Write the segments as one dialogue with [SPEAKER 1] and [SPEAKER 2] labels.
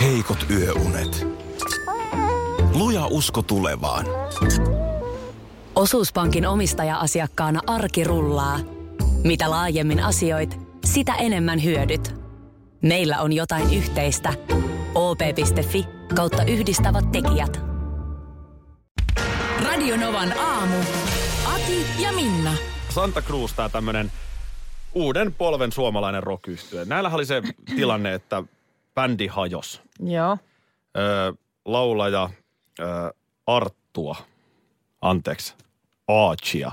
[SPEAKER 1] heikot yöunet. Luja usko tulevaan.
[SPEAKER 2] Osuuspankin omistaja-asiakkaana arki rullaa. Mitä laajemmin asioit, sitä enemmän hyödyt. Meillä on jotain yhteistä. op.fi kautta yhdistävät tekijät.
[SPEAKER 3] Radionovan aamu. Ati ja Minna.
[SPEAKER 4] Santa Cruz, tämä tämmöinen uuden polven suomalainen rock Näillähän oli se tilanne, että bändi hajos.
[SPEAKER 5] Joo.
[SPEAKER 4] Öö, laulaja öö, Arttua, anteeksi, Aachia.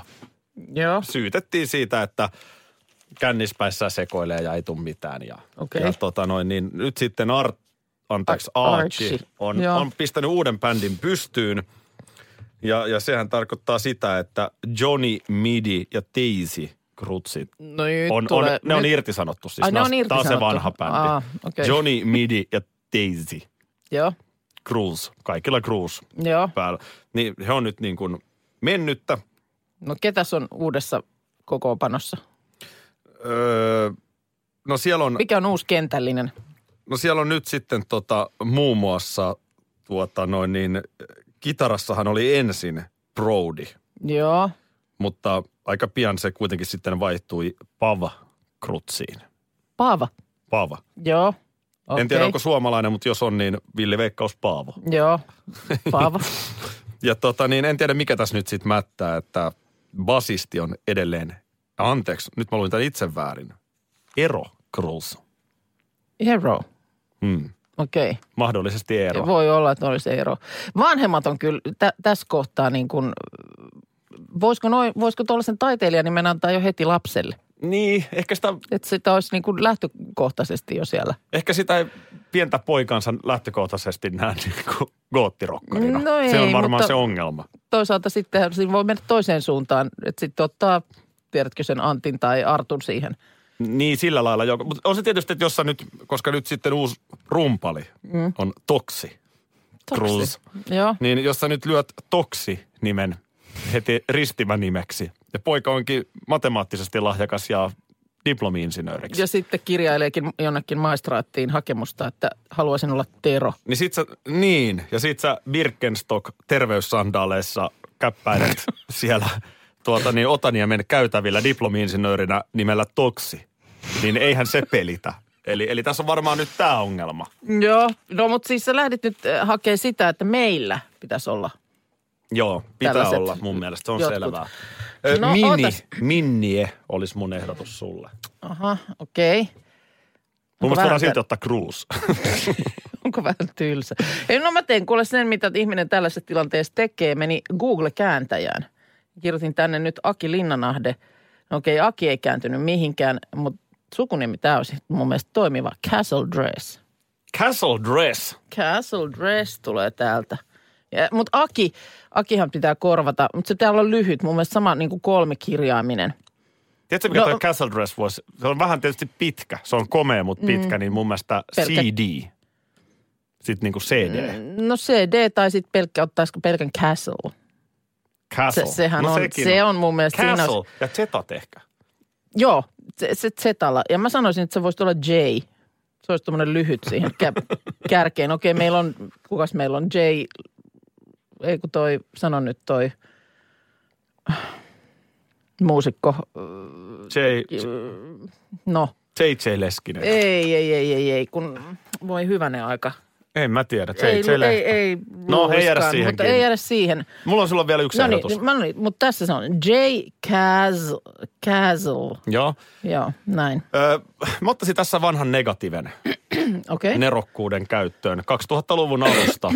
[SPEAKER 5] Joo.
[SPEAKER 4] Syytettiin siitä, että kännispäissä sekoilee ja ei tule mitään. Ja,
[SPEAKER 5] Okei.
[SPEAKER 4] ja tota noin, niin nyt sitten Art, anteeksi,
[SPEAKER 5] Ar-
[SPEAKER 4] Archie
[SPEAKER 5] Archie.
[SPEAKER 4] on,
[SPEAKER 5] Joo.
[SPEAKER 4] on pistänyt uuden bändin pystyyn. Ja, ja sehän tarkoittaa sitä, että Johnny, Midi ja Teisi Krutsit
[SPEAKER 5] No nyt
[SPEAKER 4] on, on,
[SPEAKER 5] tulee,
[SPEAKER 4] ne on
[SPEAKER 5] nyt,
[SPEAKER 4] irtisanottu siis.
[SPEAKER 5] Ai, ne
[SPEAKER 4] Nää- Tää
[SPEAKER 5] on
[SPEAKER 4] on se
[SPEAKER 5] irtisanottu.
[SPEAKER 4] vanha bändi.
[SPEAKER 5] Aa, okei.
[SPEAKER 4] Johnny, Midi ja Daisy.
[SPEAKER 5] Joo,
[SPEAKER 4] Cruise. Kaikilla Cruise
[SPEAKER 5] joo.
[SPEAKER 4] päällä. Niin he on nyt niin kuin mennyttä.
[SPEAKER 5] No ketäs on uudessa kokoopanossa?
[SPEAKER 4] Öö, no, siellä on,
[SPEAKER 5] Mikä on uusi kentällinen?
[SPEAKER 4] no siellä on nyt sitten tota, muun muassa tuota noin niin, kitarassahan oli ensin Brody,
[SPEAKER 5] Joo.
[SPEAKER 4] mutta aika pian se kuitenkin sitten vaihtui Pava Krutsiin.
[SPEAKER 5] Paava.
[SPEAKER 4] Pava.
[SPEAKER 5] Joo.
[SPEAKER 4] Okay.
[SPEAKER 5] Okei.
[SPEAKER 4] En tiedä, onko suomalainen, mutta jos on, niin Ville Veikkaus Paavo.
[SPEAKER 5] Joo. Paava.
[SPEAKER 4] Ja tota niin, en tiedä mikä tässä nyt sitten mättää, että basisti on edelleen, anteeksi, nyt mä luin tämän itse väärin. Ero Cruz.
[SPEAKER 5] Hero.
[SPEAKER 4] Hmm.
[SPEAKER 5] Okei. Okay.
[SPEAKER 4] Mahdollisesti Eero.
[SPEAKER 5] Ja Voi olla, että olisi ero. Vanhemmat on kyllä tä, tässä kohtaa niin kuin, voisiko, noi, voisiko tuollaisen taiteilijan nimen antaa jo heti lapselle?
[SPEAKER 4] Niin, ehkä sitä,
[SPEAKER 5] Että sitä olisi niin kuin lähtökohtaisesti jo siellä.
[SPEAKER 4] ehkä sitä ei pientä poikansa lähtökohtaisesti näe niin kuin goottirokkarina.
[SPEAKER 5] No ei,
[SPEAKER 4] se on varmaan
[SPEAKER 5] mutta-
[SPEAKER 4] se ongelma.
[SPEAKER 5] Toisaalta sitten siinä voi mennä toiseen suuntaan, että sitten ottaa, tiedätkö sen Antin tai Artun siihen.
[SPEAKER 4] Niin, sillä lailla. Joka, mutta on se tietysti, että jos sä nyt, koska nyt sitten uusi rumpali mm. on Toksi. Cruz.
[SPEAKER 5] Joo.
[SPEAKER 4] Niin jos sä nyt lyöt Toksi-nimen heti ristimänimeksi, ja poika onkin matemaattisesti lahjakas ja diplomi-insinööriksi,
[SPEAKER 5] Ja sitten kirjaileekin jonnekin maistraattiin hakemusta, että haluaisin olla Tero.
[SPEAKER 4] niin sit sä, niin, ja sit sä Birkenstock terveyssandaaleissa käppäilet siellä tuota niin Otaniemen käytävillä diplomi-insinöörinä nimellä Toksi, niin eihän se pelitä. Eli, eli tässä on varmaan nyt tämä ongelma.
[SPEAKER 5] Joo, no mutta siis sä lähdit nyt äh, hakemaan sitä, että meillä pitäisi olla.
[SPEAKER 4] Joo, pitää
[SPEAKER 5] Tällaiset
[SPEAKER 4] olla mun mielestä, se on
[SPEAKER 5] jotkut.
[SPEAKER 4] selvää. Ö,
[SPEAKER 5] No,
[SPEAKER 4] Mini,
[SPEAKER 5] ootas.
[SPEAKER 4] Minnie olisi mun ehdotus sulle.
[SPEAKER 5] Aha, okei. Okay.
[SPEAKER 4] Mun mielestä
[SPEAKER 5] vähän
[SPEAKER 4] voidaan silti
[SPEAKER 5] tär-
[SPEAKER 4] ottaa Cruise.
[SPEAKER 5] Onko vähän tylsä? Ei, no mä tein kuule sen, mitä ihminen tällaisessa tilanteessa tekee. Meni Google-kääntäjään. Kirjoitin tänne nyt Aki Linnanahde. No Okei, Aki ei kääntynyt mihinkään, mutta sukunimi tämä olisi mun mielestä toimiva. Castle Dress.
[SPEAKER 4] Castle Dress.
[SPEAKER 5] Castle Dress tulee täältä. Mutta Aki, Akihan pitää korvata, mutta se täällä on lyhyt. Mun mielestä sama niin kuin kolme kirjaaminen.
[SPEAKER 4] Tiedätkö, mikä
[SPEAKER 5] No-
[SPEAKER 4] no, toi Castle Dress voisi? Se on vähän tietysti pitkä. Se on komea, mutta pitkä, niin mun mielestä
[SPEAKER 5] Mm. Pelkkä-
[SPEAKER 4] CD. Sitten niin kuin CD.
[SPEAKER 5] No CD tai sitten pelkkä, ottaisiko pelkän Castle? Se,
[SPEAKER 4] Castle.
[SPEAKER 5] sehän
[SPEAKER 4] no,
[SPEAKER 5] on,
[SPEAKER 4] sekin
[SPEAKER 5] se on mun mielestä. siinä
[SPEAKER 4] Castle
[SPEAKER 5] olisi-
[SPEAKER 4] ja Zetat ehkä.
[SPEAKER 5] Joo, se, se Zetalla. Ja mä sanoisin, että se voisi olla J. Se olisi tuommoinen lyhyt siihen kä- kärkeen. Okei, meillä on, kukas meillä on J, ei kun toi, sano nyt toi muusikko.
[SPEAKER 4] J,
[SPEAKER 5] No,
[SPEAKER 4] JJ Leskinen. Ei.
[SPEAKER 5] ei, ei, ei, ei, ei, kun voi hyvänen aika.
[SPEAKER 4] En mä tiedä. JJ
[SPEAKER 5] ei,
[SPEAKER 4] ei,
[SPEAKER 5] ei, ei,
[SPEAKER 4] No, ei jäädä
[SPEAKER 5] luiskaan,
[SPEAKER 4] siihen
[SPEAKER 5] Mutta
[SPEAKER 4] kiinni.
[SPEAKER 5] ei jäädä siihen.
[SPEAKER 4] Mulla on silloin vielä yksi
[SPEAKER 5] No
[SPEAKER 4] ehdotus.
[SPEAKER 5] niin, mä- no niin, mutta tässä se on J. Castle. Castle.
[SPEAKER 4] Joo.
[SPEAKER 5] Joo, näin.
[SPEAKER 4] Öö, mä ottaisin tässä vanhan negatiiven.
[SPEAKER 5] Okei.
[SPEAKER 4] nerokkuuden käyttöön 2000-luvun alusta.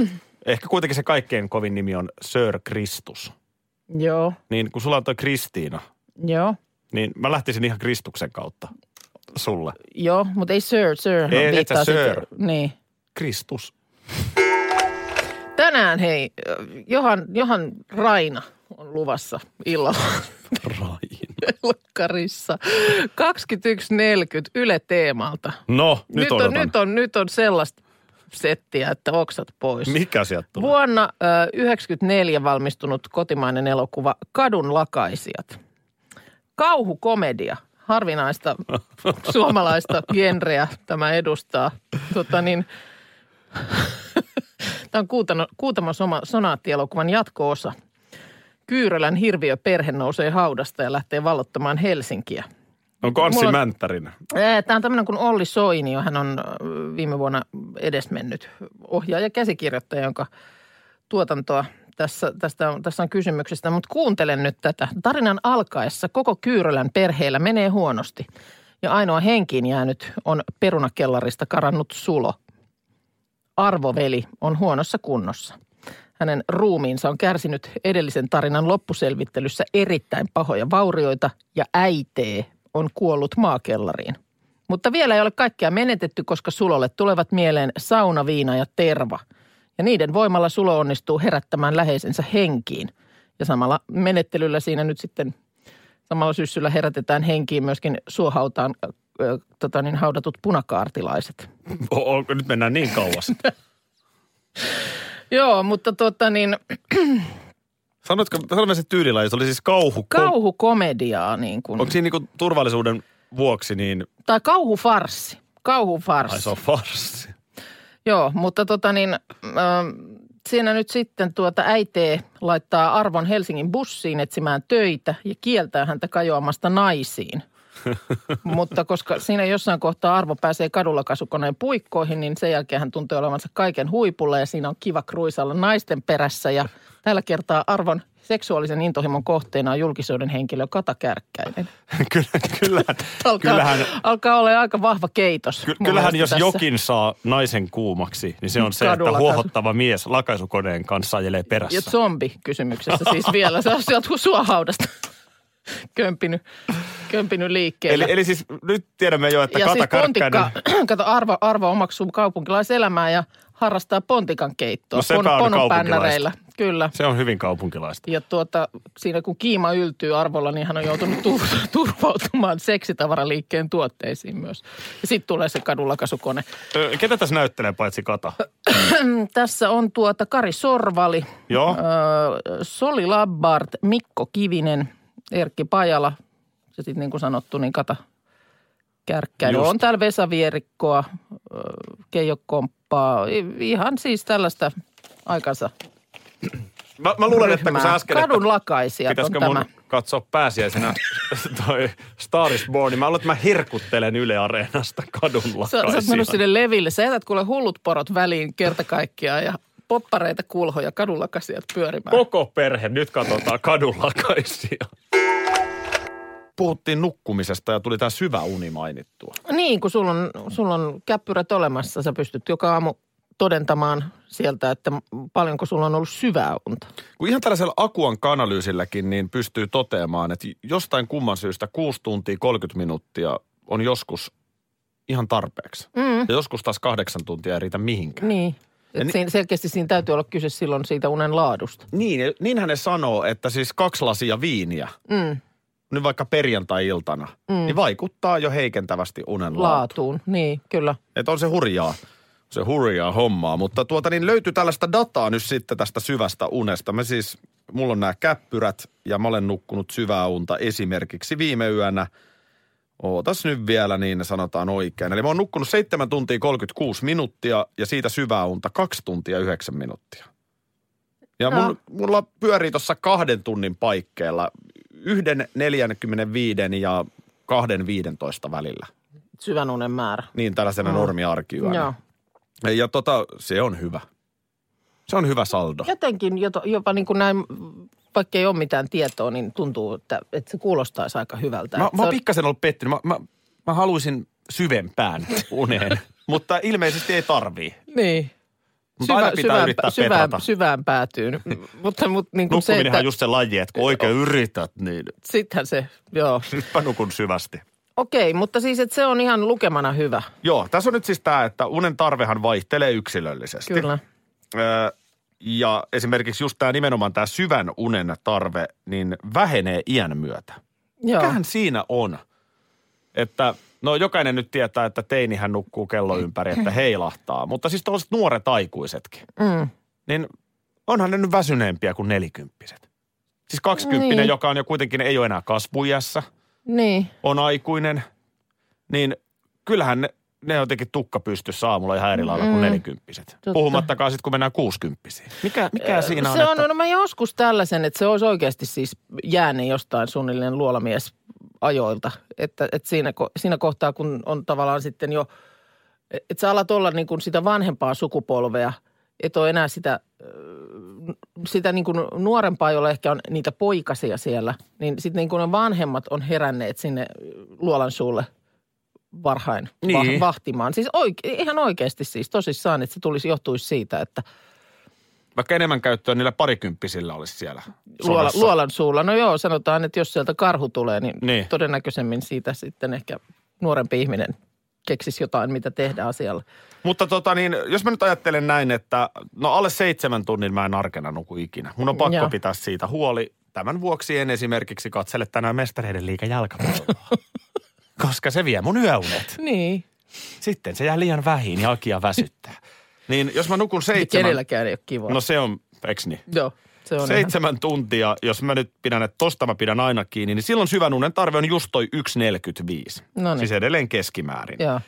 [SPEAKER 4] Ehkä kuitenkin se kaikkein kovin nimi on Sir Kristus.
[SPEAKER 5] Joo,
[SPEAKER 4] Niin kun sulla on toi Kristiina,
[SPEAKER 5] joo.
[SPEAKER 4] niin mä lähtisin ihan Kristuksen kautta sulle.
[SPEAKER 5] Joo, mutta ei Sir, Sir. hän
[SPEAKER 4] Ei, et sä
[SPEAKER 5] viittaa
[SPEAKER 4] Sir.
[SPEAKER 5] sitten- Niin.
[SPEAKER 4] Kristus.
[SPEAKER 5] Tänään hei, Johan, Johan Raina on luvassa illalla
[SPEAKER 4] Raina.
[SPEAKER 5] telkkarissa. 21.40 Yle Teemalta.
[SPEAKER 4] No, nyt, nyt
[SPEAKER 5] on,
[SPEAKER 4] odotan.
[SPEAKER 5] nyt, on, nyt on sellaista settiä, että oksat pois.
[SPEAKER 4] Mikä sieltä tulee?
[SPEAKER 5] Vuonna 1994 valmistunut kotimainen elokuva Kadun lakaisijat. Kauhukomedia, harvinaista suomalaista genreä tämä edustaa. Tota niin, Tämä on Kuutano, Kuutamo soma, sonaattielokuvan jatko-osa. Kyyrölän hirviöperhe nousee haudasta ja lähtee vallottamaan Helsinkiä.
[SPEAKER 4] Onko Anssi
[SPEAKER 5] Mulla on-
[SPEAKER 4] Mänttärin?
[SPEAKER 5] Tämä on tämmöinen kuin Olli Soinio. Hän on ö, viime vuonna edesmennyt ohjaaja käsikirjoittaja, jonka tuotantoa tässä, tästä, on- tässä on kysymyksestä. Mutta kuuntelen nyt tätä. Tarinan alkaessa koko Kyyrölän perheellä menee huonosti. Ja ainoa henkiin jäänyt on perunakellarista karannut Sulo. Arvoveli on huonossa kunnossa. Hänen ruumiinsa on kärsinyt edellisen tarinan loppuselvittelyssä erittäin pahoja vaurioita ja äitee on kuollut maakellariin. Mutta vielä ei ole kaikkea menetetty, koska Sulolle tulevat mieleen sauna, viina ja terva. Ja niiden voimalla Sulo onnistuu herättämään läheisensä henkiin. Ja samalla menettelyllä siinä nyt sitten samalla syssyllä herätetään henkiin myöskin suohautaan ö, tota niin, haudatut punakaartilaiset.
[SPEAKER 4] O- onko, nyt mennään niin kauas.
[SPEAKER 5] Joo, mutta tota niin,
[SPEAKER 4] Sanotko, sanomme se tyylilaji, se oli siis kauhu.
[SPEAKER 5] kauhukomediaa niin kuin.
[SPEAKER 4] Onko siinä niinku turvallisuuden vuoksi niin,
[SPEAKER 5] Tai kauhufarssi. Kauhufarssi.
[SPEAKER 4] ai se on farsi.
[SPEAKER 5] Joo, mutta tota niin, äh, siinä nyt sitten tuota äitee laittaa Arvon Helsingin bussiin etsimään töitä ja kieltää häntä kajoamasta naisiin. mutta koska siinä jossain kohtaa Arvo pääsee kadulla kasukoneen puikkoihin, niin sen jälkeen hän tuntee olevansa kaiken huipulla ja siinä on kiva kruisalla naisten perässä. Ja tällä kertaa Arvon seksuaalisen intohimon kohteena on julkisuuden henkilö Kata Kärkkäinen.
[SPEAKER 4] Kyllä, kyllä,
[SPEAKER 5] Alkaa,
[SPEAKER 4] kyllähän,
[SPEAKER 5] alkaa olla aika vahva keitos.
[SPEAKER 4] ky-
[SPEAKER 5] mun
[SPEAKER 4] kyllähän
[SPEAKER 5] mielestä
[SPEAKER 4] jos
[SPEAKER 5] tässä.
[SPEAKER 4] jokin saa naisen kuumaksi, niin se on se,
[SPEAKER 5] Kadulla
[SPEAKER 4] että huohottava mies lakaisukoneen kanssa ajelee
[SPEAKER 5] Ja
[SPEAKER 4] perässä.
[SPEAKER 5] zombi kysymyksessä siis vielä. Se on sieltä kuin sua haudasta kömpinyt, kömpinyt liikkeelle.
[SPEAKER 4] Eli, eli siis nyt tiedämme jo, että
[SPEAKER 5] ja
[SPEAKER 4] Kata niin
[SPEAKER 5] siis pontikka,
[SPEAKER 4] Kärkkäinen...
[SPEAKER 5] kato Arvo, Arvo omaksuu kaupunkilaiselämää ja harrastaa pontikan keittoa.
[SPEAKER 4] No sepä on
[SPEAKER 5] pononpännäreillä. Kyllä.
[SPEAKER 4] Se on hyvin kaupunkilaista.
[SPEAKER 5] Ja tuota, siinä kun kiima yltyy arvolla, niin hän on joutunut tur- turvautumaan seksitavaraliikkeen tuotteisiin myös. Ja sitten tulee se kadulakasukone. Mm,
[SPEAKER 4] Ö, Ketä tässä näyttelee paitsi Kata?
[SPEAKER 5] Tässä on tuota Kari Sorvali,
[SPEAKER 4] Joo.
[SPEAKER 5] Öö, Soli Labbart, Mikko Kivinen, Erkki Pajala ja sitten niin kuin sanottu, niin Kata Kärkkäinen.
[SPEAKER 4] Just.
[SPEAKER 5] On täällä Vesa Vierikkoa, öö, Keijo Komppaa, i- ihan siis tällaista aikansa
[SPEAKER 4] Mä, mä luulen, että kun sä
[SPEAKER 5] ryhmää.
[SPEAKER 4] äsken... että-
[SPEAKER 5] Kadun lakaisia on
[SPEAKER 4] Pitäisikö
[SPEAKER 5] tämä.
[SPEAKER 4] mun katsoa pääsiäisenä toi Star is Born, niin mä luulen, että mä herkuttelen Yle Areenasta kadulla.
[SPEAKER 5] Sä, sä oot mennyt sinne leville. Sä jätät kuule hullut porot väliin kerta kaikkiaan ja poppareita kulhoja kadunlakasia pyörimään.
[SPEAKER 4] Koko perhe, nyt katsotaan kadunlakaisia. Puhuttiin nukkumisesta ja tuli tämä syvä uni mainittua.
[SPEAKER 5] Niin, kun sulla on, sulla on käppyrät olemassa, sä pystyt joka aamu todentamaan sieltä, että paljonko sulla on ollut syvää unta.
[SPEAKER 4] Kun ihan tällaisella akuan kanalyysilläkin niin pystyy toteamaan, että jostain kumman syystä 6 tuntia 30 minuuttia on joskus ihan tarpeeksi.
[SPEAKER 5] Mm.
[SPEAKER 4] Ja joskus taas kahdeksan tuntia ei riitä mihinkään.
[SPEAKER 5] Niin.
[SPEAKER 4] Ja
[SPEAKER 5] Et
[SPEAKER 4] ni-
[SPEAKER 5] siinä, selkeästi siinä täytyy olla kyse silloin siitä unen laadusta.
[SPEAKER 4] Niin, niinhän ne sanoo, että siis kaksi lasia viiniä –
[SPEAKER 5] Mm,
[SPEAKER 4] nyt vaikka perjantai-iltana, mm. niin vaikuttaa jo heikentävästi unen laatu.
[SPEAKER 5] laatuun, niin kyllä.
[SPEAKER 4] Että on se hurjaa, se hurjaa hommaa. Mutta tuota niin löytyy tällaista dataa nyt sitten tästä syvästä unesta. Mä siis, mulla on nämä käppyrät ja mä olen nukkunut syvää unta esimerkiksi viime yönä. Ootas nyt vielä niin sanotaan oikein. Eli mä oon nukkunut 7 tuntia 36 minuuttia ja siitä syvää unta 2 tuntia 9 minuuttia. Ja mun,
[SPEAKER 5] Joo.
[SPEAKER 4] mulla pyörii tuossa kahden tunnin paikkeella yhden 45 ja kahden 15 välillä.
[SPEAKER 5] Syvän unen määrä.
[SPEAKER 4] Niin tällaisena
[SPEAKER 5] Mm.
[SPEAKER 4] mm. normiarkiyönä.
[SPEAKER 5] Joo.
[SPEAKER 4] Ja tota, se on hyvä. Se on hyvä saldo.
[SPEAKER 5] Jotenkin jopa, jopa niin kuin näin, vaikka ei ole mitään tietoa, niin tuntuu, että, että se kuulostaisi aika hyvältä.
[SPEAKER 4] Mä,
[SPEAKER 5] Että
[SPEAKER 4] mä
[SPEAKER 5] se
[SPEAKER 4] oon
[SPEAKER 5] on-
[SPEAKER 4] pikkasen ollut pettynyt. Mä, mä, mä haluaisin syvempään uneen, mutta ilmeisesti ei tarvii.
[SPEAKER 5] Niin.
[SPEAKER 4] Mutta aina pitää yrittää
[SPEAKER 5] syvään,
[SPEAKER 4] petrata.
[SPEAKER 5] syvään päätyyn. mutta, mutta niin kuin se,
[SPEAKER 4] Nukkuminenhan
[SPEAKER 5] että
[SPEAKER 4] on just se laji, että kun oikein yrität, niin
[SPEAKER 5] sittenhän se, joo.
[SPEAKER 4] nytpä nukun syvästi.
[SPEAKER 5] Okei, mutta siis että se on ihan lukemana hyvä.
[SPEAKER 4] Joo, tässä on nyt siis tämä, että unen tarvehan vaihtelee yksilöllisesti.
[SPEAKER 5] Kyllä.
[SPEAKER 4] Öö, ja esimerkiksi just tämä nimenomaan tämä syvän unen tarve, niin vähenee iän myötä.
[SPEAKER 5] Joo.
[SPEAKER 4] Mikähän siinä on? Että, no jokainen nyt tietää, että teinihän nukkuu kello ympäri, että heilahtaa. Mutta siis tuollaiset nuoret aikuisetkin,
[SPEAKER 5] Mm.
[SPEAKER 4] niin onhan ne nyt väsyneempiä kuin nelikymppiset. Siis kaksikymppinen,
[SPEAKER 5] Niin.
[SPEAKER 4] joka on jo kuitenkin, ei ole enää kasvujässä,
[SPEAKER 5] Niin.
[SPEAKER 4] on aikuinen, niin kyllähän ne, ne on jotenkin tukka pystyssä aamulla ihan eri
[SPEAKER 5] Mm.
[SPEAKER 4] lailla kuin nelikymppiset. Puhumattakaan sitten, kun mennään kuusikymppisiin. Mikä, mikä siinä on,
[SPEAKER 5] se on,
[SPEAKER 4] että...
[SPEAKER 5] no mä joskus tällaisen, että se olisi oikeasti siis jääne jostain suunnilleen luolamies ajoilta. Että, että siinä, ko- siinä kohtaa, kun on tavallaan sitten jo, että sä alat olla niin kuin sitä vanhempaa sukupolvea, et ole enää sitä, ö, sitä niin kuin nuorempaa, jolla ehkä on niitä poikasia siellä, niin sitten niin kuin ne vanhemmat on heränneet sinne luolan suulle varhain
[SPEAKER 4] Niin.
[SPEAKER 5] niin. vahtimaan. Siis oike, ihan oikeasti siis tosissaan, että se tulisi johtuisi siitä, että –
[SPEAKER 4] Vaikka enemmän käyttöä niillä parikymppisillä olisi siellä
[SPEAKER 5] Luola,
[SPEAKER 4] sodassa.
[SPEAKER 5] luolan suulla. No joo, sanotaan, että jos sieltä karhu tulee, niin,
[SPEAKER 4] Niin.
[SPEAKER 5] niin todennäköisemmin siitä sitten ehkä nuorempi ihminen keksisi jotain, mitä tehdä asialle.
[SPEAKER 4] Mutta tota niin, jos mä nyt ajattelen näin, että no alle seitsemän tunnin mä en arkena nuku ikinä. Mun on pakko
[SPEAKER 5] Joo.
[SPEAKER 4] pitää siitä huoli. Tämän vuoksi en esimerkiksi katsele tänään mestareiden liiga jalkapalloa. koska se vie mun yöunet.
[SPEAKER 5] Niin.
[SPEAKER 4] Sitten se jää liian vähin ja akia väsyttää. Niin jos mä nukun seitsemän...
[SPEAKER 5] Kenelläkään ei ole kivaa.
[SPEAKER 4] No se on, eks niin?
[SPEAKER 5] joo, se on ihan-
[SPEAKER 4] Seitsemän tuntia, jos mä nyt pidän, että tosta mä pidän aina kiinni, niin silloin syvän unen tarve on just toi 1,45.
[SPEAKER 5] Noniin.
[SPEAKER 4] Siis edelleen keskimäärin.
[SPEAKER 5] Joo.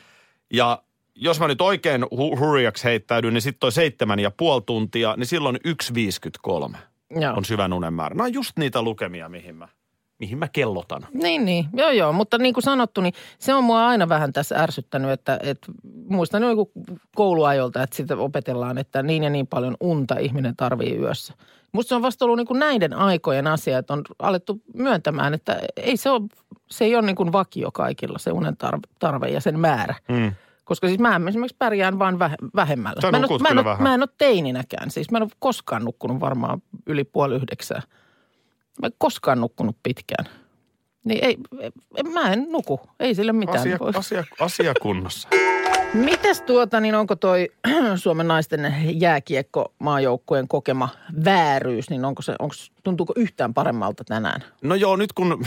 [SPEAKER 4] Ja jos mä nyt oikein hu- hurjaksi heittäydyn, niin sitten toi seitsemän ja puoli tuntia, niin silloin 1,53
[SPEAKER 5] Joo.
[SPEAKER 4] on syvän unen määrä. No just niitä lukemia, mihin mä, mihin mä kellotan.
[SPEAKER 5] Niin, niin. Joo, joo. Mutta niin kuin sanottu, niin se on mua aina vähän tässä ärsyttänyt, että, että muistan joku kouluajolta, että sitä opetellaan, että niin ja niin paljon unta ihminen tarvii yössä. Musta se on vasta ollut niin kuin näiden aikojen asia, että on alettu myöntämään, että ei se, ole, se ei ole niin kuin vakio kaikilla se unen tarve, tarve ja sen määrä.
[SPEAKER 4] Mm.
[SPEAKER 5] Koska siis mä esimerkiksi pärjään vaan väh- vähemmällä.
[SPEAKER 4] Sä
[SPEAKER 5] mä, en
[SPEAKER 4] nukut
[SPEAKER 5] mä, en
[SPEAKER 4] kyllä
[SPEAKER 5] oo-
[SPEAKER 4] vähän.
[SPEAKER 5] mä en ole teininäkään. Siis mä en ole koskaan nukkunut varmaan yli puoli yhdeksää. Mä en koskaan nukkunut pitkään. Niin ei, ei, mä en nuku. Ei sille mitään
[SPEAKER 4] Asia,
[SPEAKER 5] voi.
[SPEAKER 4] asia, asia kunnossa.
[SPEAKER 5] Mites tuota, niin onko toi Suomen naisten jääkiekko maajoukkueen kokema vääryys, niin onko se, onko, tuntuuko yhtään paremmalta tänään?
[SPEAKER 4] No joo, nyt kun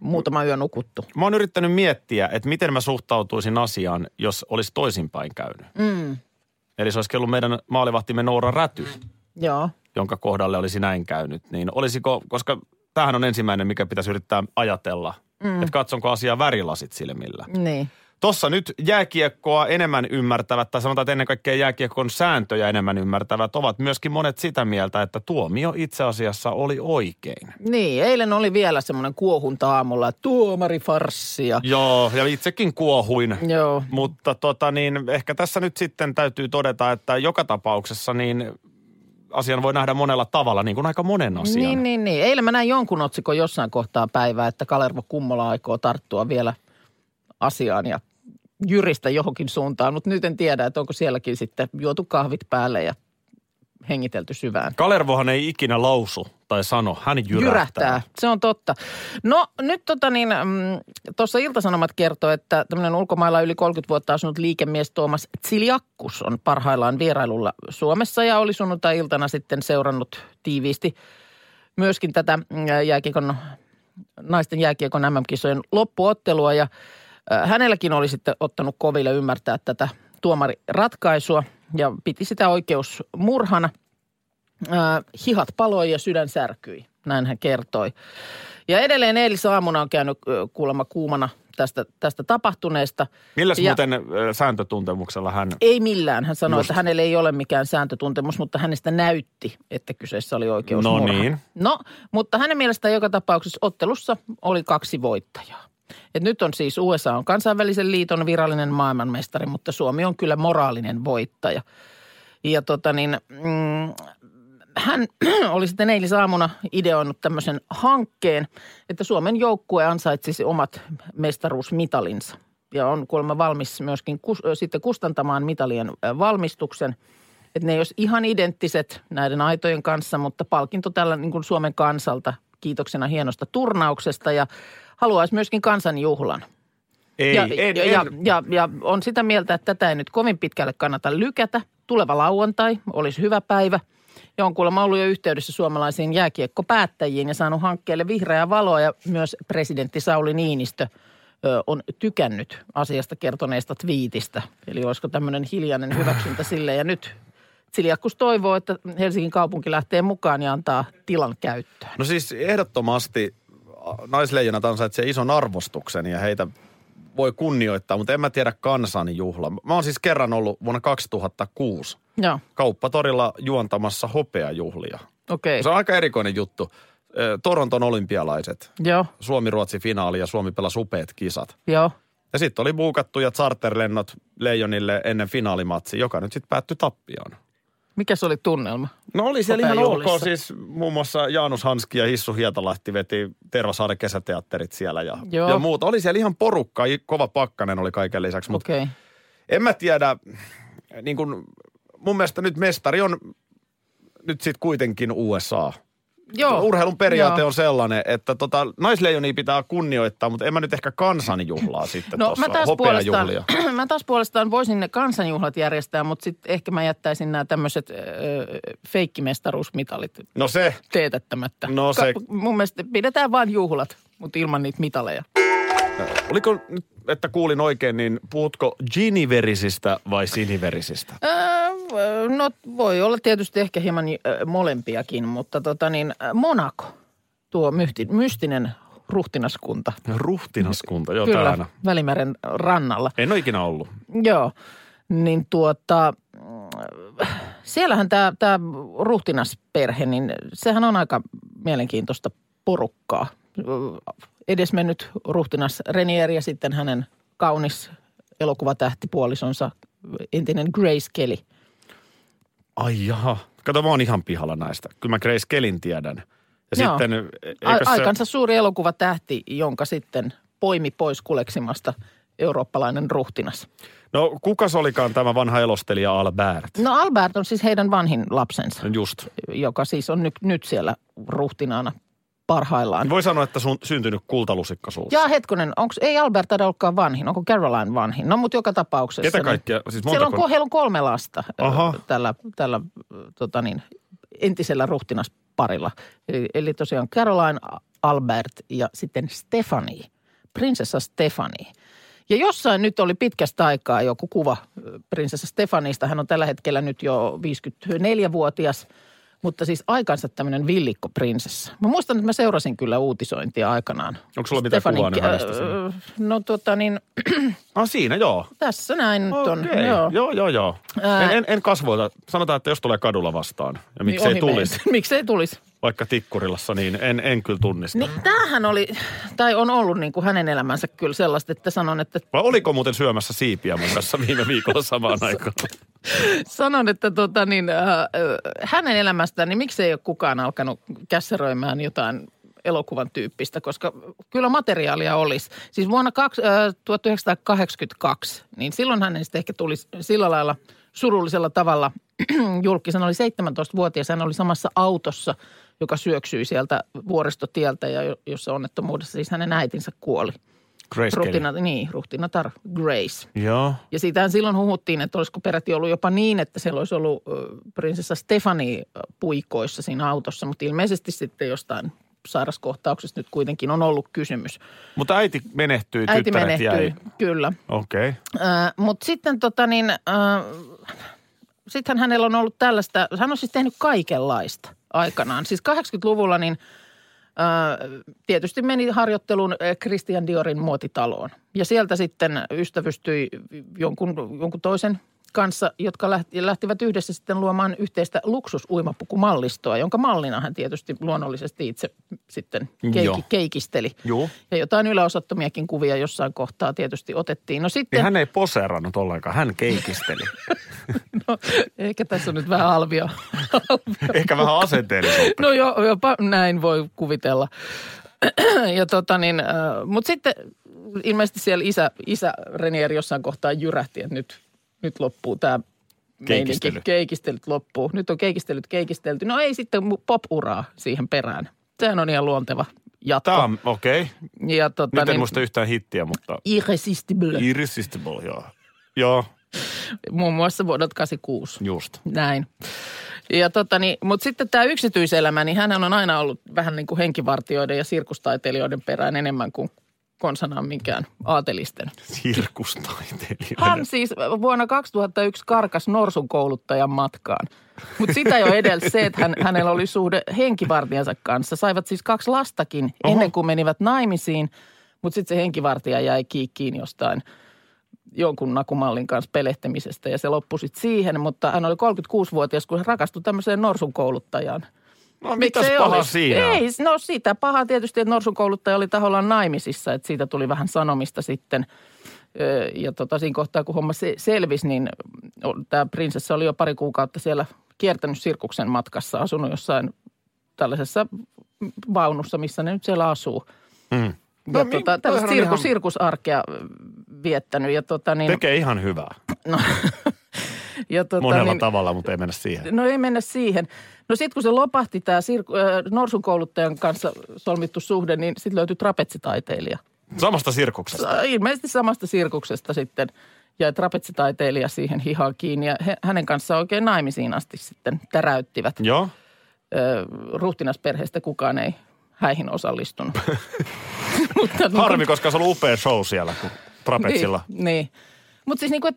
[SPEAKER 5] Muutama yö nukuttu.
[SPEAKER 4] mä oon yrittänyt miettiä, että miten mä suhtautuisin asiaan, jos olisi toisinpäin käynyt.
[SPEAKER 5] Mm.
[SPEAKER 4] Eli se olisi ollut meidän maalivahtimme Noora Räty,
[SPEAKER 5] Joo.
[SPEAKER 4] jonka kohdalle olisi näin käynyt. Niin olisiko, koska tämähän on ensimmäinen, mikä pitäisi yrittää ajatella, mm. että katsonko asiaa värilasit silmillä.
[SPEAKER 5] Niin.
[SPEAKER 4] Tossa nyt jääkiekkoa enemmän ymmärtävät, tai sanotaan, että ennen kaikkea jääkiekon sääntöjä enemmän ymmärtävät, ovat myöskin monet sitä mieltä, että tuomio itse asiassa oli oikein.
[SPEAKER 5] Niin, eilen oli vielä semmoinen kuohunta aamulla, että tuomari farssia.
[SPEAKER 4] Joo, ja itsekin kuohuin.
[SPEAKER 5] Joo.
[SPEAKER 4] Mutta tota niin, ehkä tässä nyt sitten täytyy todeta, että joka tapauksessa niin asian voi nähdä monella tavalla, niin kuin aika monen asian.
[SPEAKER 5] Niin, niin, niin. Eilen mä näin jonkun otsikon jossain kohtaa päivää, että Kalervo Kummola aikoo tarttua vielä asiaan ja jyristä johonkin suuntaan. Mutta nyt en tiedä, että onko sielläkin sitten juotu kahvit päälle ja hengitelty syvään.
[SPEAKER 4] Kalervohan ei ikinä lausu tai sano, hän jyrähtää.
[SPEAKER 5] Jyrähtää. Se on totta. No nyt tota niin, mm, tuossa Iltasanomat kertoo, että tämmöinen ulkomailla yli 30 vuotta asunut liikemies Tuomas Tsiliakkus on parhaillaan vierailulla Suomessa ja oli sunnuntai-iltana sitten seurannut tiiviisti myöskin tätä mm, jääkiekon, naisten jääkiekon MM-kisojen loppuottelua ja ö, hänelläkin oli sitten ottanut koville ymmärtää tätä tuomariratkaisua ja piti sitä oikeusmurhana – Äh, hihat paloi ja sydän särkyi, näin hän kertoi. Ja edelleen eilisaamuna on käynyt ö, kuulemma kuumana tästä, tästä tapahtuneesta.
[SPEAKER 4] Milläs
[SPEAKER 5] Ja-
[SPEAKER 4] muuten ö, sääntötuntemuksella hän
[SPEAKER 5] Ei millään, hän sanoi,
[SPEAKER 4] Just.
[SPEAKER 5] että hänellä ei ole mikään sääntötuntemus, mutta hänestä näytti, että kyseessä oli oikeusmurha.
[SPEAKER 4] No niin.
[SPEAKER 5] No, mutta hänen mielestään joka tapauksessa ottelussa oli kaksi voittajaa. Et nyt on siis USA on kansainvälisen liiton virallinen maailmanmestari, mutta Suomi on kyllä moraalinen voittaja. Ja tota niin, mm, hän oli sitten eilisaamuna ideoinut tämmöisen hankkeen, että Suomen joukkue ansaitsisi omat mestaruusmitalinsa. Ja on kuulemma valmis myöskin kus, ö, sitten kustantamaan mitalien ö, valmistuksen. Että ne ei olisi ihan identtiset näiden aitojen kanssa, mutta palkinto tällä niin kuin Suomen kansalta kiitoksena hienosta turnauksesta ja haluaisi myöskin kansanjuhlan.
[SPEAKER 4] ei,
[SPEAKER 5] ja,
[SPEAKER 4] en,
[SPEAKER 5] ja,
[SPEAKER 4] en,
[SPEAKER 5] ja, ja, ja on sitä mieltä, että tätä ei nyt kovin pitkälle kannata lykätä. Tuleva lauantai olisi hyvä päivä. Ja on kuulemma ollut jo yhteydessä suomalaisiin jääkiekkopäättäjiin ja saanut hankkeelle vihreää valoa ja myös presidentti Sauli Niinistö ö, on tykännyt asiasta kertoneesta twiitistä. Eli olisiko tämmöinen hiljainen hyväksyntä sille ja nyt Siljakkus toivoo, että Helsingin kaupunki lähtee mukaan ja antaa tilan käyttöön.
[SPEAKER 4] No siis ehdottomasti a- naisleijonat ansaitsee ison arvostuksen ja heitä voi kunnioittaa, mutta en mä tiedä kansan juhla. Mä oon siis kerran ollut vuonna 2006
[SPEAKER 5] Joo,
[SPEAKER 4] kauppatorilla juontamassa hopeajuhlia.
[SPEAKER 5] okei.
[SPEAKER 4] Se on aika erikoinen juttu. Ö, Toronton olympialaiset,
[SPEAKER 5] Joo,
[SPEAKER 4] Suomi-Ruotsi-finaali ja Suomi pelasi upeat kisat.
[SPEAKER 5] joo.
[SPEAKER 4] Ja sitten oli buukattuja charterlennot Leijonille ennen finaalimatsi, joka nyt sitten päättyi tappioon.
[SPEAKER 5] Mikä se oli tunnelma?
[SPEAKER 4] No oli siellä ihan
[SPEAKER 5] Hopeajuhlissa.
[SPEAKER 4] ok, siis muun muassa Jaanus Hanski ja Hissu Hietalahti veti Tervasaaren kesäteatterit siellä ja,
[SPEAKER 5] Joo.
[SPEAKER 4] ja muuta. Oli siellä ihan porukka, i- kova pakkanen oli kaiken lisäksi, mutta
[SPEAKER 5] Okei. Okay.
[SPEAKER 4] en mä tiedä, niin kun, mun mielestä nyt mestari on nyt sitten kuitenkin USA.
[SPEAKER 5] Joo.
[SPEAKER 4] Urheilun periaate
[SPEAKER 5] Joo.
[SPEAKER 4] on sellainen, että tota, naisleijonia pitää kunnioittaa, mutta en mä nyt ehkä kansanjuhlaa sitten
[SPEAKER 5] No
[SPEAKER 4] tuossa,
[SPEAKER 5] mä taas, puolestaan,
[SPEAKER 4] hopeajuhlia.
[SPEAKER 5] mä taas puolestaan voisin ne kansanjuhlat järjestää, mutta sitten ehkä mä jättäisin nämä tämmöiset öö, feikkimestaruusmitalit
[SPEAKER 4] No se,
[SPEAKER 5] teetättämättä.
[SPEAKER 4] No se-
[SPEAKER 5] mun mielestä pidetään vain juhlat, mutta ilman niitä mitaleja.
[SPEAKER 4] oliko nyt, että kuulin oikein, niin puhutko giniverisistä vai siniverisistä?
[SPEAKER 5] Ää, no voi olla tietysti ehkä hieman ö, molempiakin, mutta tota niin, ä, Monaco, tuo myhti, mystinen ruhtinaskunta.
[SPEAKER 4] Ruhtinaskunta, joo
[SPEAKER 5] Kyllä,
[SPEAKER 4] täällä.
[SPEAKER 5] Välimeren rannalla.
[SPEAKER 4] En ole ikinä ollut.
[SPEAKER 5] Joo, niin tuota, siellähän tämä tää ruhtinasperhe, niin sehän on aika mielenkiintoista porukkaa. Edesmennyt ruhtinas Renier ja sitten hänen kaunis elokuvatähtipuolisonsa entinen Grace Kelly.
[SPEAKER 4] Ai jaha. Kato, mä oon ihan pihalla näistä. Kyllä mä Grace Kellin tiedän. Ja
[SPEAKER 5] Joo.
[SPEAKER 4] sitten, e-
[SPEAKER 5] A-
[SPEAKER 4] eikös se,
[SPEAKER 5] aikansa suuri elokuvatähti, jonka sitten poimi pois kuleksimasta eurooppalainen ruhtinas.
[SPEAKER 4] no kuka se olikaan tämä vanha elostelija Albert?
[SPEAKER 5] No Albert on siis heidän vanhin lapsensa.
[SPEAKER 4] Just.
[SPEAKER 5] joka siis on nyt, nyt siellä ruhtinaana parhaillaan.
[SPEAKER 4] Voi sanoa, että sun syntynyt kultalusikka suussa.
[SPEAKER 5] Ja hetkonen, onko, ei Alberta olekaan vanhin, onko Caroline vanhin? No mutta joka tapauksessa.
[SPEAKER 4] Ketä
[SPEAKER 5] niin-
[SPEAKER 4] kaikkia? Siis
[SPEAKER 5] Siellä on,
[SPEAKER 4] montako-
[SPEAKER 5] ko- heillä on kolme lasta ö,
[SPEAKER 4] Aha.
[SPEAKER 5] tällä, tällä ö, tota niin, entisellä ruhtinasparilla. Eli, eli tosiaan Caroline, A- Albert ja sitten Stephanie, prinsessa Stephanie. Ja jossain nyt oli pitkästä aikaa joku kuva ö, prinsessa Stefanista. Hän on tällä hetkellä nyt jo 54-vuotias, mutta siis aikansa tämmöinen villikko prinsessa. Mä muistan, että mä seurasin kyllä uutisointia aikanaan.
[SPEAKER 4] Onko sulla mitään
[SPEAKER 5] Stefanin
[SPEAKER 4] kuvaa nyt
[SPEAKER 5] ke-
[SPEAKER 4] hänestä siinä?
[SPEAKER 5] ö, No tota niin,
[SPEAKER 4] Ah, siinä, joo.
[SPEAKER 5] tässä näin nyt on.
[SPEAKER 4] Okei.
[SPEAKER 5] Joo.
[SPEAKER 4] joo, joo, joo.
[SPEAKER 5] Ää-
[SPEAKER 4] En, en, en kasvoita. Sanotaan, että jos tulee kadulla vastaan, ja miksi niin ei
[SPEAKER 5] ohi
[SPEAKER 4] tulisi,
[SPEAKER 5] menisi. Miksi ei tulisi?
[SPEAKER 4] vaikka tikkurilassa, niin en, en kyllä tunnista.
[SPEAKER 5] Niin, tämähän oli, tai on ollut niin kuin hänen elämänsä kyllä sellaista, että sanon, että,
[SPEAKER 4] Vai oliko muuten syömässä siipiä mun kanssa viime viikolla samaan aikaan?
[SPEAKER 5] sanon, että tota niin, äh, äh, hänen elämästään, niin miksi ei ole kukaan alkanut kässeröimään jotain elokuvan tyyppistä, koska kyllä materiaalia olisi. Siis vuonna kaksi, äh, 1982, niin silloin hänen sitten ehkä tuli sillä lailla surullisella tavalla julkisen. Hän oli 17-vuotias, hän oli samassa autossa, joka syöksyi sieltä vuoristotieltä ja jo- jossa onnettomuudessa siis hänen äitinsä kuoli.
[SPEAKER 4] Grace Kelly.
[SPEAKER 5] Ruhtina, niin, ruhtinatar Grace.
[SPEAKER 4] Joo.
[SPEAKER 5] Ja siitähän silloin huhuttiin, että olisiko peräti ollut jopa niin, että siellä olisi ollut ö, prinsessa Stefani ö, puikoissa siinä autossa, mutta ilmeisesti sitten jostain sairaskohtauksesta nyt kuitenkin on ollut kysymys.
[SPEAKER 4] Mutta äiti menehtyi,
[SPEAKER 5] Äiti
[SPEAKER 4] tyttäret
[SPEAKER 5] menehtyi,
[SPEAKER 4] jäi.
[SPEAKER 5] kyllä.
[SPEAKER 4] Okei. Niin Okay.
[SPEAKER 5] Mutta sitten tota niin, äh, sittenhän hänellä on ollut tällaista, hän on siis tehnyt kaikenlaista aikanaan. Siis 80-luvulla niin äh, tietysti meni harjoittelun äh, Christian Diorin muotitaloon. Ja sieltä sitten ystävystyi jonkun, jonkun toisen kanssa, jotka lähti, lähtivät yhdessä sitten luomaan yhteistä luksusuimapukumallistoa, jonka mallina hän tietysti luonnollisesti itse sitten
[SPEAKER 4] Joo.
[SPEAKER 5] keiki, keikisteli.
[SPEAKER 4] Joo.
[SPEAKER 5] Ja jotain yläosattomiakin kuvia jossain kohtaa tietysti otettiin. No
[SPEAKER 4] Niin
[SPEAKER 5] sitten
[SPEAKER 4] hän ei poseerannut ollenkaan, hän keikisteli.
[SPEAKER 5] No, ehkä tässä on nyt vähän alvio.
[SPEAKER 4] Ehkä vähän asenteellisuutta.
[SPEAKER 5] No jo, jopa näin voi kuvitella. Ja tota niin, mutta sitten ilmeisesti siellä isä, isä Renier jossain kohtaa jyrähti, että nyt, nyt loppuu tämä
[SPEAKER 4] Keikistely.
[SPEAKER 5] Keikistelyt loppuu. Nyt on keikistelyt keikistelty. No ei sitten mu- pop-uraa siihen perään. Sehän on ihan luonteva jatko.
[SPEAKER 4] Tämä on, okei. Okay.
[SPEAKER 5] Ja tota
[SPEAKER 4] Nyt en
[SPEAKER 5] No. niin,
[SPEAKER 4] muista yhtään hittiä, mutta...
[SPEAKER 5] Irresistible.
[SPEAKER 4] Irresistible, joo. Joo,
[SPEAKER 5] Muun muassa vuodelta 86.
[SPEAKER 4] just.
[SPEAKER 5] Näin. Ja tota niin, mutta sitten tämä yksityiselämä, niin hän on aina ollut vähän niin kuin henkivartijoiden ja sirkustaiteilijoiden perään enemmän kuin konsanaan minkään aatelisten.
[SPEAKER 4] Sirkustaiteilijoiden.
[SPEAKER 5] Hän siis vuonna 2001 karkas norsun kouluttajan matkaan. Mutta sitä jo edelsi se, että hän, hänellä oli suhde henkivartijansa kanssa. Saivat siis kaksi lastakin Oho. ennen kuin menivät naimisiin. Mutta sitten se henkivartija jäi kiikkiin jostain jonkun nakumallin kanssa pelehtämisestä ja se loppui sitten siihen, mutta hän oli 36-vuotias, kun hän rakastui tämmöiseen norsun kouluttajaan.
[SPEAKER 4] No
[SPEAKER 5] Miksei
[SPEAKER 4] mitäs paha
[SPEAKER 5] olisi?
[SPEAKER 4] siinä on?
[SPEAKER 5] Ei, no sitä pahaa tietysti, että norsun kouluttaja oli tahollaan naimisissa, että siitä tuli vähän sanomista sitten. Ö, Ja tota, siinä kohtaa, kun homma se- selvisi, niin tämä prinsessa oli jo pari kuukautta siellä kiertänyt sirkuksen matkassa, asunut jossain tällaisessa vaunussa, missä ne nyt siellä asuu.
[SPEAKER 4] Mm.
[SPEAKER 5] No, ja
[SPEAKER 4] mi-
[SPEAKER 5] tota,
[SPEAKER 4] toihan
[SPEAKER 5] tällaista
[SPEAKER 4] on
[SPEAKER 5] sirku,
[SPEAKER 4] ihan-
[SPEAKER 5] sirkusarkea ö, viettänyt. Ja tota, niin,
[SPEAKER 4] Tekee ihan hyvää.
[SPEAKER 5] no, ja tota,
[SPEAKER 4] Monella
[SPEAKER 5] niin,
[SPEAKER 4] tavalla, mutta ei mennä siihen.
[SPEAKER 5] No ei mennä siihen. No sitten kun se lopahti tämä sirku, äh, norsun kouluttajan kanssa solmittu suhde, niin sitten löytyi trapetsitaiteilija.
[SPEAKER 4] Samasta sirkuksesta.
[SPEAKER 5] Sa- Ilmeisesti samasta sirkuksesta sitten jäi trapetsitaiteilija siihen hihaan kiinni ja he, hänen kanssaan oikein naimisiin asti sitten täräyttivät.
[SPEAKER 4] Joo.
[SPEAKER 5] Ö, ruhtinasperheestä kukaan ei häihin osallistunut. Mutta-
[SPEAKER 4] Harmi, koska se on ollut upea show siellä, kun trapetsilla.
[SPEAKER 5] Niin, niin. Mutta siis niinku,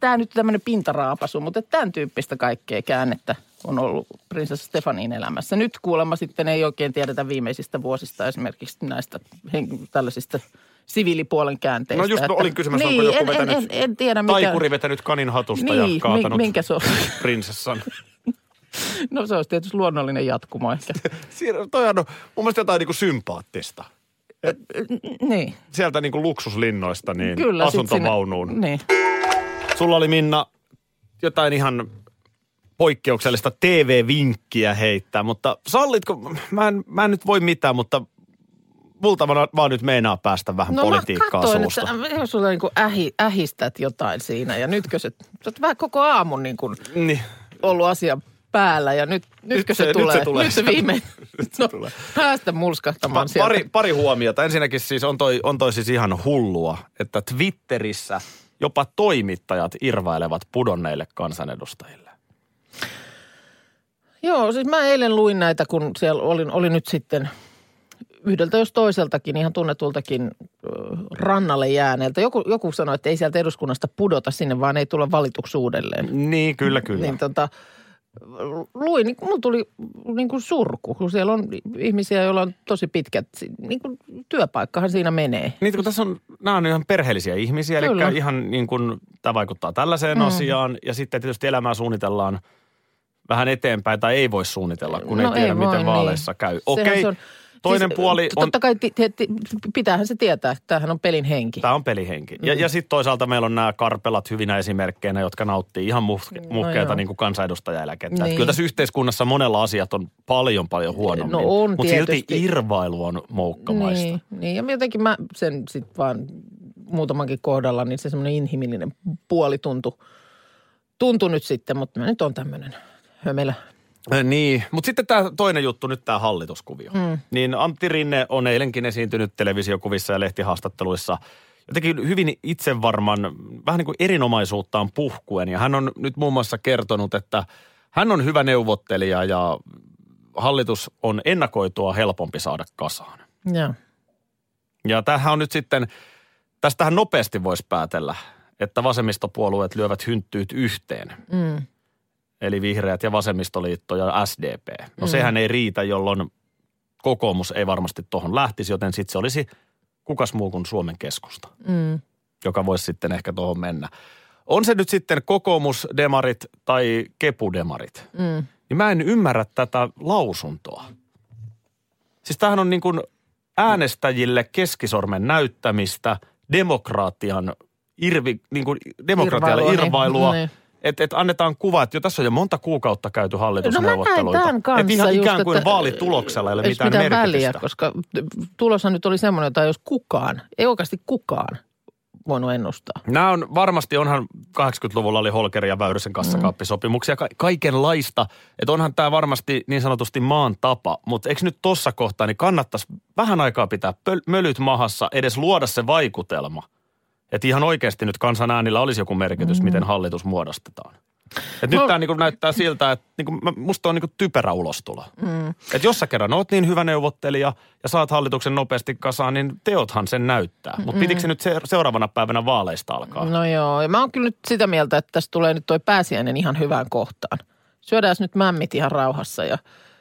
[SPEAKER 5] tämä nyt tämmöinen pintaraapasu, mutta tämän tyyppistä kaikkea käännettä on ollut prinsessa Stefanin elämässä. Nyt kuulemma sitten ei oikein tiedetä viimeisistä vuosista esimerkiksi näistä hen- tällaisista siviilipuolen käänteistä.
[SPEAKER 4] No just mä
[SPEAKER 5] että-
[SPEAKER 4] olin kysymässä,
[SPEAKER 5] niin,
[SPEAKER 4] onko joku
[SPEAKER 5] en, en,
[SPEAKER 4] vetänyt
[SPEAKER 5] en, en tiedä mikä...
[SPEAKER 4] Taikuri vetänyt kanin hatusta ja
[SPEAKER 5] Niin,
[SPEAKER 4] kaatanut
[SPEAKER 5] mi- minkä se on?
[SPEAKER 4] prinsessan.
[SPEAKER 5] No se olisi tietysti luonnollinen jatkumo ehkä.
[SPEAKER 4] Siir- toi on mun mielestä jotain niinku sympaattista.
[SPEAKER 5] niin,
[SPEAKER 4] Sieltä niinku luksuslinnoista niin
[SPEAKER 5] kyllä. sit sinne-
[SPEAKER 4] asuntovaunuun.
[SPEAKER 5] Niin.
[SPEAKER 4] Sulla oli Minna jotain ihan poikkeuksellista TV-vinkkiä heittää, mutta sallitko, mä en, mä en nyt voi mitään, mutta multa vaan, vaan nyt meinaa päästä vähän
[SPEAKER 5] No
[SPEAKER 4] politiikkaa
[SPEAKER 5] mä katsoin,
[SPEAKER 4] suusta.
[SPEAKER 5] että jos sulla niin kuin ähi, ähistät jotain siinä ja nytkö se, sä oot vähän koko aamun niin kuin
[SPEAKER 4] Niin.
[SPEAKER 5] ollut asia päällä ja nyt, nytkö se,
[SPEAKER 4] se- nyt
[SPEAKER 5] tulee?
[SPEAKER 4] se tulee.
[SPEAKER 5] Nyt se viimein. nyt se
[SPEAKER 4] tulee.
[SPEAKER 5] Päästä mulskahtamaan sieltä.
[SPEAKER 4] Pari, pari huomiota. Ensinnäkin siis on toi, on toi siis ihan hullua, että Twitterissä jopa toimittajat irvailevat pudonneille kansanedustajille.
[SPEAKER 5] Joo, siis mä eilen luin näitä, kun siellä oli, oli nyt sitten yhdeltä jos toiseltakin, ihan tunnetultakin ö, rannalle jääneeltä. Joku, joku sanoi, että ei sieltä eduskunnasta pudota sinne, vaan ei tulla valituksi uudelleen.
[SPEAKER 4] Niin, kyllä, kyllä.
[SPEAKER 5] Niin tota, luin, niin mulla tuli niin kuin surku, kun siellä on ihmisiä, joilla on tosi pitkät, niin kuin työpaikkahan siinä menee.
[SPEAKER 4] Niin, kun tässä on, nämä on ihan perheellisiä ihmisiä,
[SPEAKER 5] Kyllä.
[SPEAKER 4] eli ihan niin kuin, tämä vaikuttaa tällaiseen mm. asiaan. Ja sitten tietysti elämää suunnitellaan vähän eteenpäin, tai ei voi suunnitella, kun no ei tiedä, ei miten
[SPEAKER 5] voi,
[SPEAKER 4] vaaleissa
[SPEAKER 5] niin.
[SPEAKER 4] käy.
[SPEAKER 5] Sehän
[SPEAKER 4] Okei,
[SPEAKER 5] se on-
[SPEAKER 4] toinen
[SPEAKER 5] siis,
[SPEAKER 4] puoli on,
[SPEAKER 5] Totta kai ti- ti- ti- pitäähän se tietää, että tämähän on pelin henki.
[SPEAKER 4] tämä on pelihenki. Ja, ja sitten toisaalta meillä on nämä karpelat hyvinä esimerkkeinä, jotka nauttii ihan muh- muhkeita
[SPEAKER 5] No joo.
[SPEAKER 4] niin kuin kansanedustajaeläkettä. Niin.
[SPEAKER 5] Niin.
[SPEAKER 4] Kyllä tässä yhteiskunnassa monella asiat on paljon paljon huonommin.
[SPEAKER 5] No on
[SPEAKER 4] Mutta silti
[SPEAKER 5] tietysti.
[SPEAKER 4] irvailu on moukkamaista.
[SPEAKER 5] niin, niin, ja jotenkin mä sen sitten vaan muutamankin kohdalla, niin se semmoinen inhimillinen puoli tuntui, tuntui nyt sitten, mutta mä nyt on tämmöinen hömelä.
[SPEAKER 4] Ö, Niin, mutta sitten tämä toinen juttu, nyt tämä hallituskuvio. Mm. Niin Antti Rinne on eilenkin esiintynyt televisiokuvissa ja lehtihaastatteluissa jotenkin hyvin itsevarman, vähän niin kuin erinomaisuuttaan puhkuen. Ja hän on nyt muun muassa kertonut, että hän on hyvä neuvottelija ja hallitus on ennakoitua helpompi saada kasaan.
[SPEAKER 5] Joo.
[SPEAKER 4] Ja tämähän on nyt sitten, tästähän nopeasti voisi päätellä, että vasemmistopuolueet lyövät hynttyyt yhteen
[SPEAKER 5] Mm.
[SPEAKER 4] eli vihreät ja vasemmistoliitto ja SDP. No mm. sehän ei riitä, jolloin kokoomus ei varmasti tuohon lähtisi, joten sitten se olisi kukas muu kuin Suomen keskusta,
[SPEAKER 5] Mm.
[SPEAKER 4] joka voisi sitten ehkä tuohon mennä. On se nyt sitten kokoomusdemarit tai kepudemarit,
[SPEAKER 5] Mm.
[SPEAKER 4] niin mä en ymmärrä tätä lausuntoa. Siis tämähän on niin kuin äänestäjille keskisormen näyttämistä, demokratian irvi, niin kuin demokratialle
[SPEAKER 5] Irvailua,
[SPEAKER 4] irvailua,
[SPEAKER 5] niin.
[SPEAKER 4] irvailua
[SPEAKER 5] Niin.
[SPEAKER 4] että et annetaan kuva, että jo tässä on jo monta kuukautta käyty
[SPEAKER 5] No
[SPEAKER 4] hallitusneuvotteluita.
[SPEAKER 5] mä näin tämän kanssa
[SPEAKER 4] et ihan
[SPEAKER 5] just,
[SPEAKER 4] ikään kuin
[SPEAKER 5] että- äh,
[SPEAKER 4] vaalituloksella ei ole
[SPEAKER 5] Ei
[SPEAKER 4] mitään,
[SPEAKER 5] mitään
[SPEAKER 4] merkitystä.
[SPEAKER 5] väliä, koska tuloshan nyt oli semmoinen, jota jos kukaan, ei oikeasti kukaan voinut ennustaa.
[SPEAKER 4] Nämä on varmasti, onhan 80-luvulla oli Holkerin ja Väyrysen kassakaappisopimuksia, ka- kaikenlaista. Että onhan tämä varmasti niin sanotusti maan tapa, mutta eikö nyt tuossa kohtaa, niin kannattaisi vähän aikaa pitää pöl- mölyt mahassa, edes luoda se vaikutelma. Että ihan oikeasti nyt kansan äänillä olisi joku merkitys, mm. miten hallitus muodostetaan. Et nyt
[SPEAKER 5] No-
[SPEAKER 4] tämä niinku näyttää siltä, että niinku, mä- musta on niinku typerä ulostulo. Mm. Että jos sä kerran oot niin hyvä neuvottelija ja saat hallituksen nopeasti kasaan, niin teothan sen näyttää. Mutta pitikö se nyt se- seuraavana päivänä vaaleista alkaa?
[SPEAKER 5] No joo, ja mä oon kyllä nyt sitä mieltä, että tässä tulee nyt toi pääsiäinen ihan hyvään kohtaan. Syödään nyt mämmit ihan rauhassa ja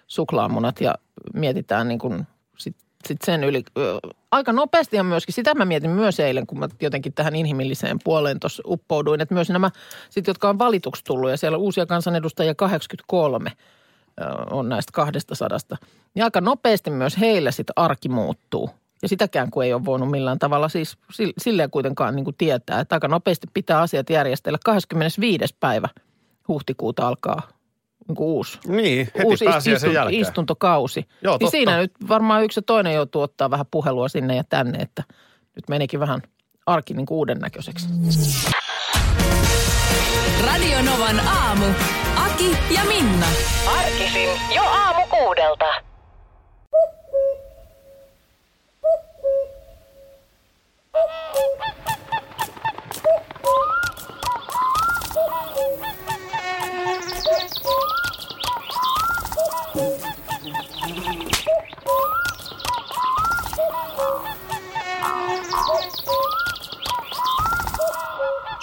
[SPEAKER 5] suklaamunat ja mietitään niin kuin sit sit sen yli. Ö, Aika nopeasti ja myöskin, sitä mä mietin myös eilen, kun mä jotenkin tähän inhimilliseen puoleen tuossa uppouduin, että myös nämä, sit, jotka on valituksi tullut ja siellä on uusia kansanedustajia 83 ö, on näistä 200, niin aika nopeasti myös heillä sitten arki muuttuu. Ja sitäkään kun ei ole voinut millään tavalla siis sil- silleen kuitenkaan niin kuin tietää, että aika nopeasti pitää asiat järjestellä. 25. päivä huhtikuuta alkaa niin kuin uusi
[SPEAKER 4] Niin,
[SPEAKER 5] uusi
[SPEAKER 4] heti pääsiäisen
[SPEAKER 5] istun,
[SPEAKER 4] jälkeen.
[SPEAKER 5] istuntokausi.
[SPEAKER 4] Joo,
[SPEAKER 5] niin
[SPEAKER 4] totta.
[SPEAKER 5] siinä nyt varmaan yksi ja toinen joutuu ottaa vähän puhelua sinne ja tänne, että nyt menikin vähän arki niin kuin uuden näköiseksi.
[SPEAKER 3] Radio Novan aamu. Aki ja Minna.
[SPEAKER 6] Arkisin jo aamu kuudelta.